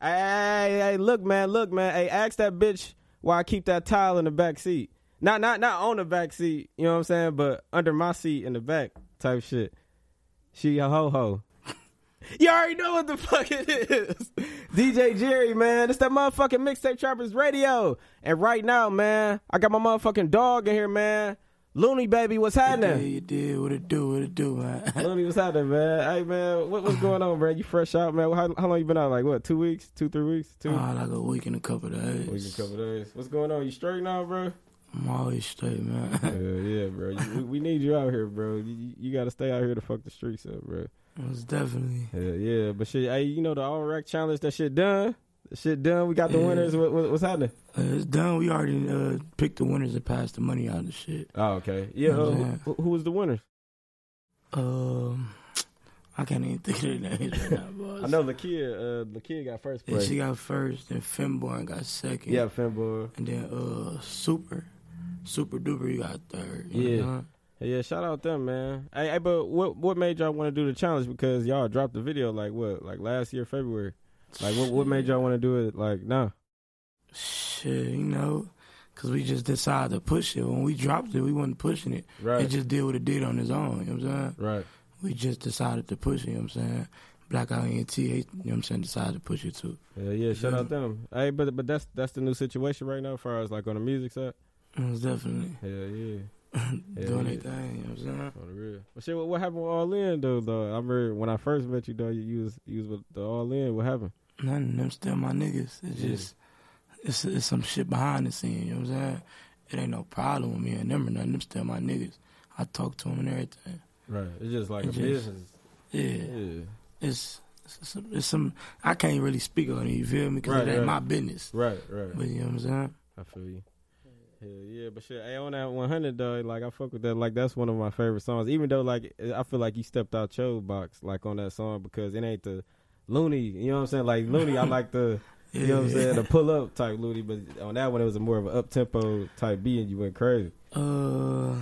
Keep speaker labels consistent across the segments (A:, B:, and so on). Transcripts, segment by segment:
A: Hey, hey, look, man, look, man. Hey, ask that bitch why I keep that towel in the back seat. Not, not, not on the back seat. You know what I'm saying? But under my seat in the back type shit. She a ho ho. you already know what the fuck it is. DJ Jerry, man, it's that motherfucking mixtape trappers radio. And right now, man, I got my motherfucking dog in here, man. Looney baby, what's
B: Yeah,
A: happening?
B: you did. What it do? What it do? Man?
A: Looney, what's happening, man? Hey, man, what, what's going on, man? You fresh out, man? How, how long you been out? Like what? Two weeks? Two, three weeks? Two.
B: Ah, like a week and a couple days.
A: We can cover those. What's going on? You straight now, bro?
B: I'm always straight, man.
A: yeah, bro. You- we, we need you out here, bro. You- You, you got to stay out here to fuck the streets up, bro.
B: Most definitely.
A: Yeah, yeah. But shit, hey, you know the all rack challenge. That shit done. That shit done. We got the winners. What, what, what's happening?
B: Uh, it's done. We already uh, picked the winners and passed the money out and shit.
A: Oh, okay. Yeah. uh,
B: Yeah.
A: who, who was the winners?
B: Um, I can't even think of their names right now, boss.
A: I know Lakia. Uh, Lakia got first
B: And
A: place.
B: she got first, then Finborn got second.
A: yeah, Femboy.
B: And then uh, Super, Super Duper, you got third. you
A: Yeah.
B: know?
A: Yeah, shout out them, man. Hey, hey but what what made y'all want to do the challenge? Because y'all dropped the video like what, like last year February. Like what what made y'all want to do it? Like nah.
B: Shit, you know, because we just decided to push it. When we dropped it, we wasn't pushing it. It just did what it did on its own, you know what I'm saying?
A: Right.
B: We just decided to push it, you know what I'm saying? Blackout and T, you know what I'm saying, decided to push it too.
A: Yeah, yeah, shout
B: Yeah.
A: out them. Hey, but but that's that's the new situation right now, as far as like on the music side.
B: Most definitely
A: Yeah, yeah,
B: doing
A: yeah.
B: their thing, you know what I'm saying?
A: on the real. But shit, what, what happened with All In though? Though I remember when I first met you, though you, you was you was with the All In. What happened?
B: None of them still my niggas. It's
A: Yeah.
B: just, it's, it's some shit behind the scene, you know what I'm saying? It ain't no problem with me and them or nothing. Them still my niggas. I talk to them and everything.
A: Right, it's just like
B: It
A: a
B: just-
A: business.
B: Yeah.
A: Yeah,
B: It's, it's, some, it's some, I can't really speak on it, you feel me? Because
A: Right,
B: it ain't
A: right.
B: my business.
A: right, right.
B: But you know what I'm saying?
A: I feel you. Yeah, yeah, but shit, hey, on that 100 though, like I fuck with that. Like that's one of my favorite songs. Even though like I feel like you stepped out your box like on that song because it ain't the loony. You know what I'm saying? Like loony, I like the you know what I'm saying the pull up type loony, but on that one it was a more of an up tempo type beat and you went crazy.
B: Uh,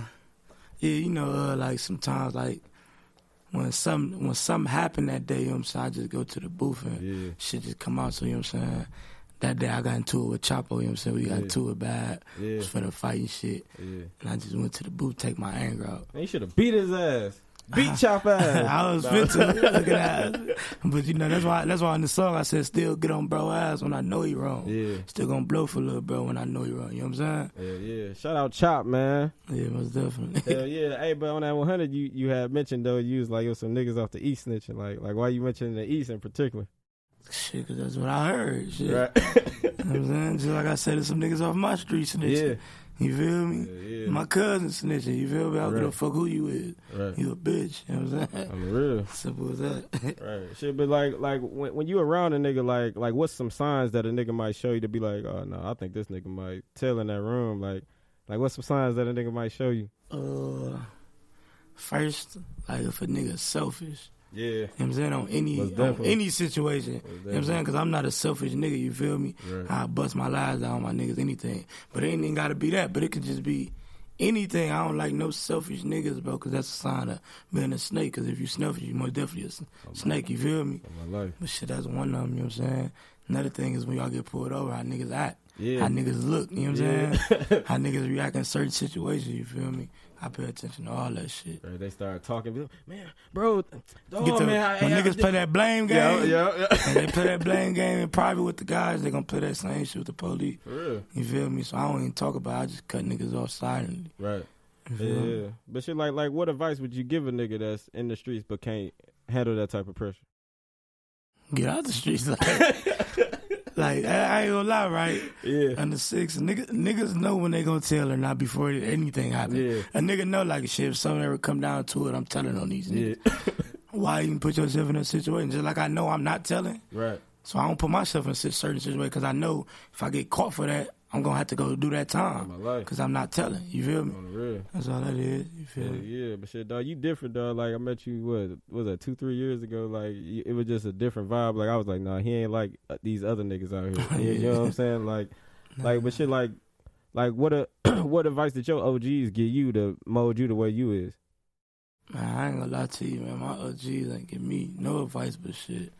B: yeah, you know, uh, like sometimes, like when some when something happened that day, you know what I'm saying. I just go to the booth and
A: Yeah,
B: shit just come out. So you know what I'm saying. That day I got into it with Chapo. You know what I'm saying. We got
A: Yeah.
B: into it bad
A: yeah,
B: for the fight and shit.
A: yeah.
B: And I just went to the booth, take my anger out.
A: Man, you should have beat his ass, beat chop ass.
B: I was fit to look at that, but you know that's why that's why in the song I said still get on bro ass when I know you wrong.
A: Yeah,
B: Still gonna blow for little bro when I know you wrong. You know what I'm
A: yeah, yeah. Shout out chop man.
B: saying? Yeah, most definitely.
A: Hell yeah. Hey, but on that 100, you, you had mentioned, though, you was like, it was some niggas off the East snitching. Like, like why you mentioning the East in particular?
B: Shit, 'cause that's what I heard. Shit.
A: Right?
B: You know what I'm saying? Just like I said, there's some niggas off my street
A: yeah.
B: snitching. You feel me?
A: yeah.
B: My cousin snitching. You feel me? I don't give a
A: Right.
B: fuck who you is.
A: right.
B: You a bitch. You know what I'm saying?
A: I'm real.
B: Simple as that.
A: Right. Shit, but like, like when, when you around a nigga, like, like what's some signs that a nigga might show you to be like, oh, no, I think this nigga might tell in that room? Like, like what's some signs that a nigga might show you?
B: uh, first, like if a nigga selfish,
A: Yeah.
B: you know what I'm saying? On any,
A: Most
B: on
A: definitely.
B: any situation. You know what I'm saying? Because I'm not a selfish nigga. You feel me?
A: Right.
B: I bust my lies out on my niggas, anything. But it ain't even gotta be that. But it could just be anything. I don't like no selfish niggas, bro, because that's a sign of being a snake. Because if you selfish, you most definitely a s- snake. You feel me?
A: In my life.
B: But shit, that's one of them. You know what I'm saying? Another thing is when y'all get pulled over, how niggas act, how
A: Yeah.
B: niggas look. You know what I'm
A: Yeah.
B: saying? how niggas react in certain situations. You feel me? I pay attention to all that shit.
A: Right, they start talking. be like, Man, bro, oh,
B: Get to,
A: man, I,
B: when
A: I-
B: niggas play that blame game,
A: yeah, yeah, yeah.
B: and they play that blame game in private with the guys, they gonna play that same shit with the police.
A: For real.
B: You feel me? So I don't even talk about. It. I just cut niggas off silently.
A: Right.
B: You
A: Yeah.
B: feel me?
A: But shit, like, like, what advice would you give a nigga that's in the streets but can't handle that type of pressure?
B: Get out the streets. Like, like I, I ain't gonna lie, right?
A: Yeah.
B: Under six, niggas, niggas know when they gonna tell or not before it- anything happens.
A: Yeah.
B: A nigga know like shit. If something ever come down to it, I'm telling on these
A: Yeah.
B: niggas. Why even put yourself in a situation? Just like I know I'm not telling,
A: right.
B: so I don't put myself in a certain situation because I know if I get caught for that, I'm gonna have to go do that
A: In
B: time
A: my life.
B: because I'm not telling. You feel me?
A: On the real.
B: That's all that is. You
A: Yeah.
B: feel me?
A: yeah, but shit, dog, you different, dog. Like I met you, what was that, two, three years ago? Like y- it was just a different vibe. Like I was like, nah, he ain't like uh, these other niggas out here. You, you know what I'm saying? Like, like, but shit, like, like what a what advice did your OGs give you to mold you the way you is?
B: Man, I ain't gonna lie to you, man. My OGs ain't give me no advice but shit.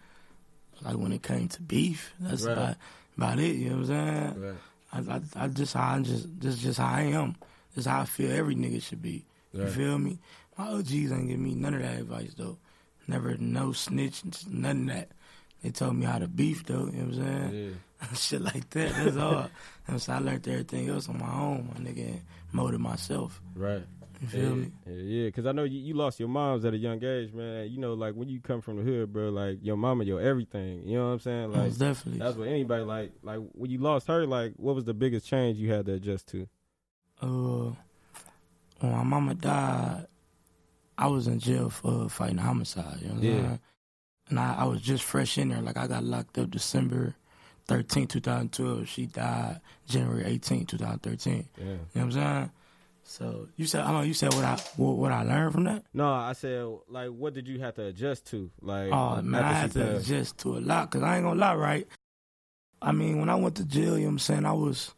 B: like when it came to beef. That's
A: Right.
B: about about it. You know what I'm saying?
A: Right.
B: I, I, I just how I just this just how I am. This how I feel every nigga should be. You
A: Right.
B: feel me? My OGs ain't give me none of that advice though. Never no snitch, none of that. They told me how to beef though. You know what I'm saying?
A: Yeah.
B: Shit like that. That's all. You know, so I learned everything else on my own, my nigga, and molded myself.
A: Right.
B: You feel
A: Yeah,
B: me?
A: yeah, because I know you, you lost your moms at a young age, man. You know, like when you come from the hood, bro, like your mama, your everything. You know what I'm saying? Like
B: Most definitely.
A: that's what anybody like. Like when you lost her, like what was the biggest change you had to adjust to?
B: Uh, when my mama died, I was in jail for fighting homicide. You know what
A: Yeah.
B: I'm saying? And I, I was just fresh in there. Like I got locked up December 13, 2012. She died January 18, 2013.
A: Yeah.
B: You know what I'm saying? So you said, I know you said what I what, what I learned from that.
A: No, I said, like, what did you have to adjust to? Like,
B: Oh man,
A: after
B: I
A: she
B: had to
A: passed?
B: adjust to a lot because I ain't gonna lie, right? I mean, when I went to jail, you know what I'm saying, I was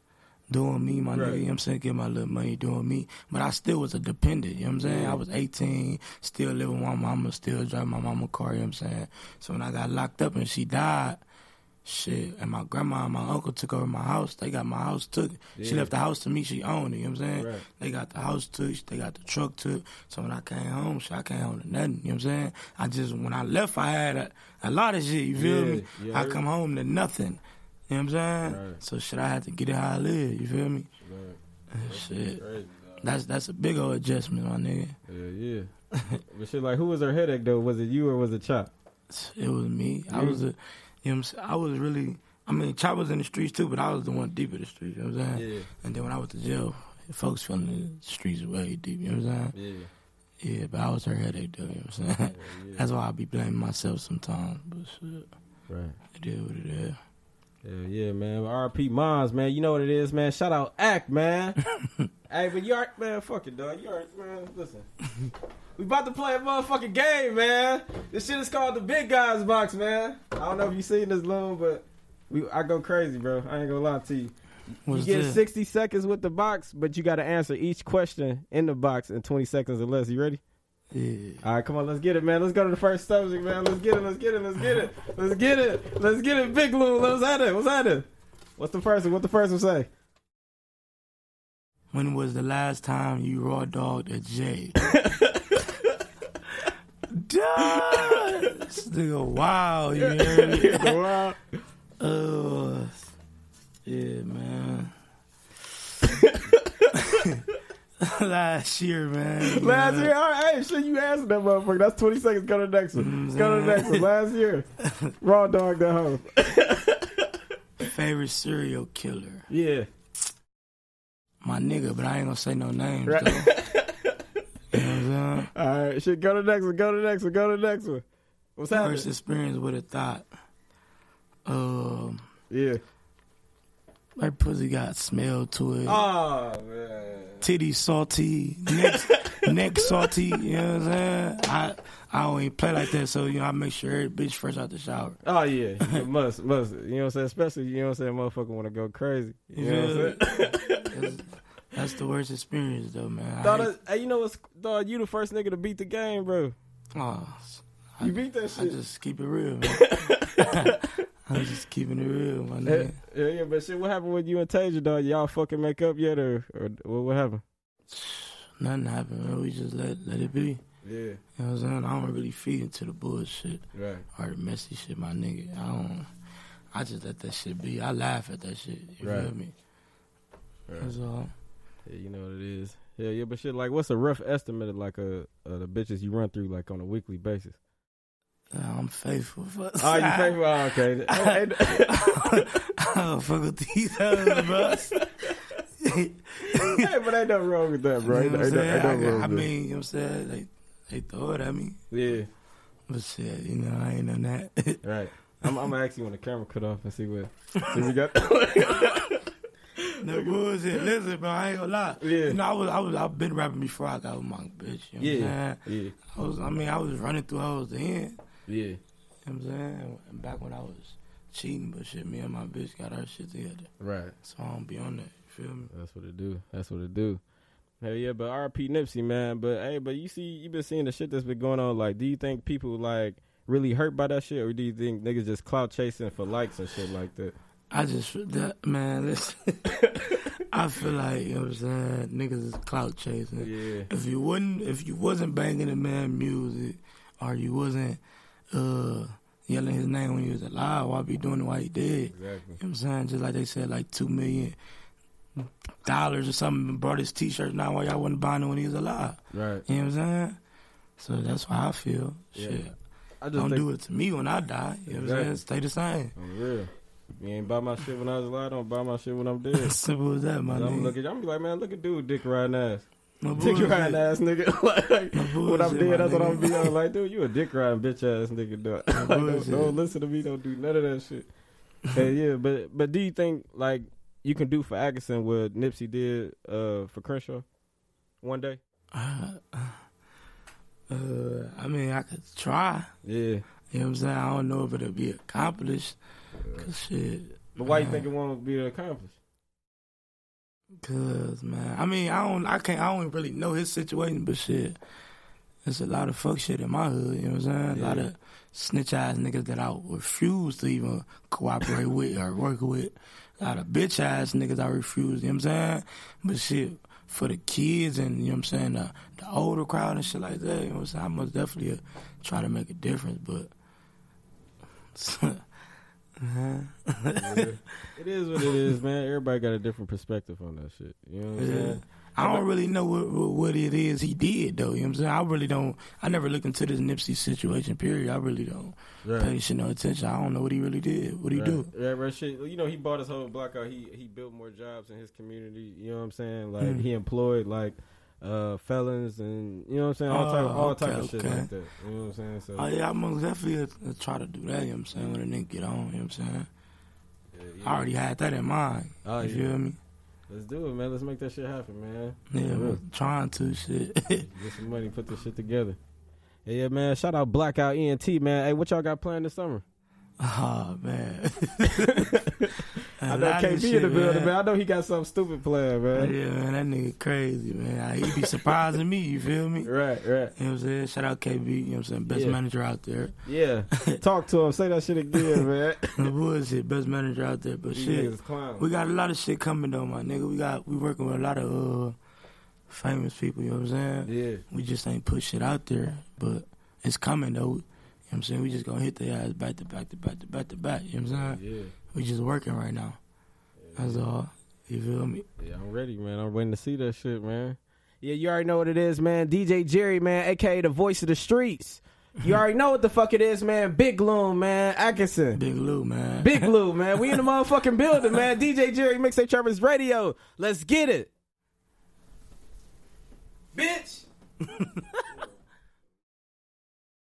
B: doing me, my
A: Right.
B: nigga, you know what I'm saying, getting my little money doing me, but I still was a dependent, you know what I'm saying?
A: Yeah.
B: I was 18, still living with my mama, still driving my mama car, you know what I'm saying? So when I got locked up and she died, shit, and my grandma and my uncle took over my house, they got my house took. She
A: Yeah.
B: left the house to me, she owned it, you know what I'm saying?
A: Right.
B: They got the house took, they got the truck took. So when I came home, shit, I came home to nothing. You know what I'm saying? I just when I left, I had a, a lot of shit. You feel
A: Yeah,
B: me?
A: you
B: I
A: heard?
B: come home to nothing. You know what I'm saying?
A: Right.
B: So shit, I had to get it how I live. You feel me?
A: Right.
B: Shit,
A: Crazy.
B: that's that's a big old adjustment, my nigga.
A: Yeah, yeah. but she like, who was her headache though? Was it you or was it Chop?
B: It was me. I
A: Yeah.
B: was a, you know what I'm saying? I was really. I mean, Chop was in the streets too, but I was the one deep in the streets. You know what I'm saying?
A: Yeah,
B: And then when I went to jail, folks feeling the streets way deep. You know what I'm saying?
A: yeah,
B: Yeah, but I was her headache though. You know what I'm saying? That's why I be blaming myself sometimes. But shit,
A: right.
B: it is what it is.
A: Hell yeah, man. RP Mons, man. You know what it is, man. Shout out Act, man. hey, but you are man, fuck it, dog. You are man, listen. We about to play a motherfucking game, man. This shit is called the Big Guys Box, man. I don't know if you seen this long, but we I go crazy, bro. I ain't gonna lie to you.
B: What's
A: you get
B: this?
A: 60 seconds with the box, but you gotta answer each question in the box in 20 seconds or less. You ready?
B: Yeah.
A: All right, come on, let's get it, man. Let's go to the first subject, man. Let's get it, let's get it, let's get it, let's get it, let's get it, Big Lou. What's at it? What's at it? What's the first one? What the first one say?
B: When was the last time you raw dogged a J? Duh! this nigga wild, you hear me?
A: Wow.
B: Uh, yeah, man. Last year, man.
A: Last year, all right, hey, shit, you answered that motherfucker. That's twenty seconds. Go to the next one. Let's go to the next one. Last year, raw dog that home.
B: Favorite serial killer.
A: Yeah,
B: My nigga, but I ain't gonna say no names,
A: Right.
B: though. you know what I'm saying?
A: all right, shit. Go to the next one. Go to the next one. Go to the next one. What's happening?
B: First experience with a thought. Um,
A: Yeah.
B: my pussy got smell to it.
A: Oh man.
B: Titty salty, neck, neck salty. You know what I'm saying? I I don't even play like that, so you know I make sure every bitch fresh out the shower.
A: Oh yeah, must must. You know what I'm saying? Especially you know what I'm saying. Motherfucker want to go crazy. You know what I'm saying?
B: That's, that's the worst experience though, man. I
A: Dog,
B: hate-
A: that- hey, you know what's dog? You the first nigga to beat the game, bro.
B: Aw,
A: You beat that
B: Oh, I
A: shit.
B: just keep it real, man. I'm just keeping it real, my
A: yeah,
B: nigga.
A: Eh, yeah, yeah, but shit, what happened with you and Tasia, dog? Y'all fucking make up yet, or, or what, what happened?
B: Nothing happened, man. We just let let it be.
A: Yeah,
B: You know what I'm saying? I don't really feed into the bullshit.
A: right.
B: or the messy shit, my nigga. I don't. I just let that shit be. I laugh at that shit. You
A: Right.
B: feel me?
A: Right.
B: That's all.
A: Yeah, you know what it is. Yeah, yeah, but shit, like, what's a rough estimate of like uh, uh, the bitches you run through like on a weekly basis?
B: Uh, I'm faithful. Fuck.
A: Oh, you pay for oh, okay. Oh, ain't-
B: I don't fuck with these hoes, bro.
A: hey, but ain't nothing wrong with that, bro.
B: You
A: Ain't,
B: know what
A: ain't,
B: I'm
A: no-
B: saying?
A: ain't
B: I,
A: nothing wrong
B: I
A: with
B: mean, you know what I'm saying? Like, they throw it at me.
A: that.
B: But shit, you know, I ain't done that.
A: Yeah, right. I'm, I'm gonna ask you when the camera cut off and see what see we got.
B: no bullshit. Listen, bro, I ain't gonna lie.
A: Yeah.
B: You know, I was, I was, I've been rapping before I got with my bitch. You know what I'm
A: yeah,
B: saying?
A: yeah,
B: I was, I mean, I was running through hoes then.
A: yeah.
B: You know what I'm saying? And back when I was cheating, but shit, me and my bitch got our shit together.
A: Right.
B: So I don't be on that. You feel me?
A: That's what it do. That's what it do. Hell yeah, but R.P. Nipsey, man. But hey, but you see, you been seeing the shit that's been going on. Like, do you think people like really hurt by that shit, or do you think niggas just clout chasing for likes and shit like that?
B: I just feel that man. Listen, I feel like you know what I'm saying. Niggas is clout chasing.
A: Yeah.
B: If you wouldn't, if you wasn't banging the man music, or you wasn't uh, yelling his name when he was alive, why be doing it while he dead?
A: Exactly.
B: You know what I'm saying? Just like they said, like two million dollars or something bought his T-shirt. Now why y'all wasn't buying it when he was alive?
A: Right.
B: You know what I'm saying? So that's why I feel.
A: Yeah.
B: Shit,
A: I just
B: don't
A: think,
B: do it to me when I die. You know what I'm saying? Stay the same.
A: For real. You ain't buy my shit when I was alive. Don't buy my shit when I'm dead.
B: Simple as that, my
A: I'm gonna
B: nigga.
A: look at, I'm gonna be like, man, look at dude, dick riding ass,
B: My boy
A: dick
B: is
A: riding
B: like-
A: ass nigga. like,
B: My
A: when I'm
B: bullshit,
A: dead,
B: my
A: that's what I'm
B: nigga.
A: be on. Like, dude, you a dick riding bitch ass nigga. Dog. Like, don't,
B: bullshit.
A: don't listen to me. Don't do none of that shit. Hey, yeah, but but do you think like you can do for Atkinson what Nipsey did uh, for Crenshaw one day?
B: Uh, uh, I mean, I could try.
A: Yeah,
B: You know what I'm saying? I don't know if it'll be accomplished. Cause shit.
A: but why you
B: man,
A: think it won't be accomplished?
B: Cause man, I mean, I don't, I can't, I don't really know his situation, but shit, there's a lot of fuck shit in my hood. You know what I'm saying? A lot
A: Yeah.
B: of snitch ass niggas that I refuse to even cooperate with or work with. A lot of bitch ass niggas I refuse. You know what I'm saying? But shit, for the kids and you know what I'm saying, the, the older crowd and shit like that. You know what I'm saying? I must definitely uh, try to make a difference, but.
A: It is what it is, man. Everybody got a different perspective on that shit. You know what I'm
B: Yeah.
A: saying?
B: I don't really know what, what what it is he did though. You know what I'm saying? I really don't. I never looked into this Nipsey situation. Period. I really don't pay shit no attention. I don't know what he really did. What he
A: right.
B: do?
A: Right, right, shit. You know, he bought his whole block out. He he built more jobs in his community. You know what I'm saying? Like
B: Mm.
A: he employed like uh felons and you know what I'm saying. All
B: Oh,
A: type all
B: okay,
A: type of shit
B: okay.
A: like that. You know what I'm saying? So
B: Oh yeah, I'm gonna definitely uh, uh, try to do that. You know what I'm saying? When a nigga get on, you know what I'm saying?
A: yeah,
B: I
A: yeah.
B: already had that in mind.
A: Oh,
B: you
A: yeah.
B: feel me?
A: let's do it, man. Let's make that shit happen, man.
B: Yeah,
A: Yeah.
B: I'm trying to shit.
A: Get some money, put this shit together. Yeah, yeah, man. Shout out Blackout ENT, man. Hey, what y'all got planned this summer?
B: oh man,
A: I know KB in the building, man. I know he got something stupid planned, man.
B: Yeah, man, that nigga crazy, man. He be surprising me. You feel me?
A: Right, right.
B: You know what I'm saying? Shout out KB, you know what I'm saying? Best
A: Yeah.
B: manager out there.
A: Yeah. Talk to him. Say that shit again, man.
B: No bullshit, best manager out there. But
A: These
B: shit,
A: niggas clowns.
B: we got a lot of shit coming though, my nigga. We got we working with a lot of uh famous people, you know what I'm saying?
A: yeah.
B: We just ain't put shit out there, but it's coming though. You know what I'm saying? We just gonna hit their ass back to back to back to back to back. You know what I'm saying?
A: Yeah.
B: We just working right now. That's all. You feel me?
A: Yeah, I'm ready, man. I'm waiting to see that shit, man. Yeah, you already know what it is, man. DJ Jerry, man, aka the voice of the streets. You already know what the fuck it is, man. Big Gloom, man. Atkinson.
B: Big Lou, man.
A: Big Lou, man. We in the motherfucking building, man. DJ Jerry, Mixtape Travis Radio. Let's get it. Bitch.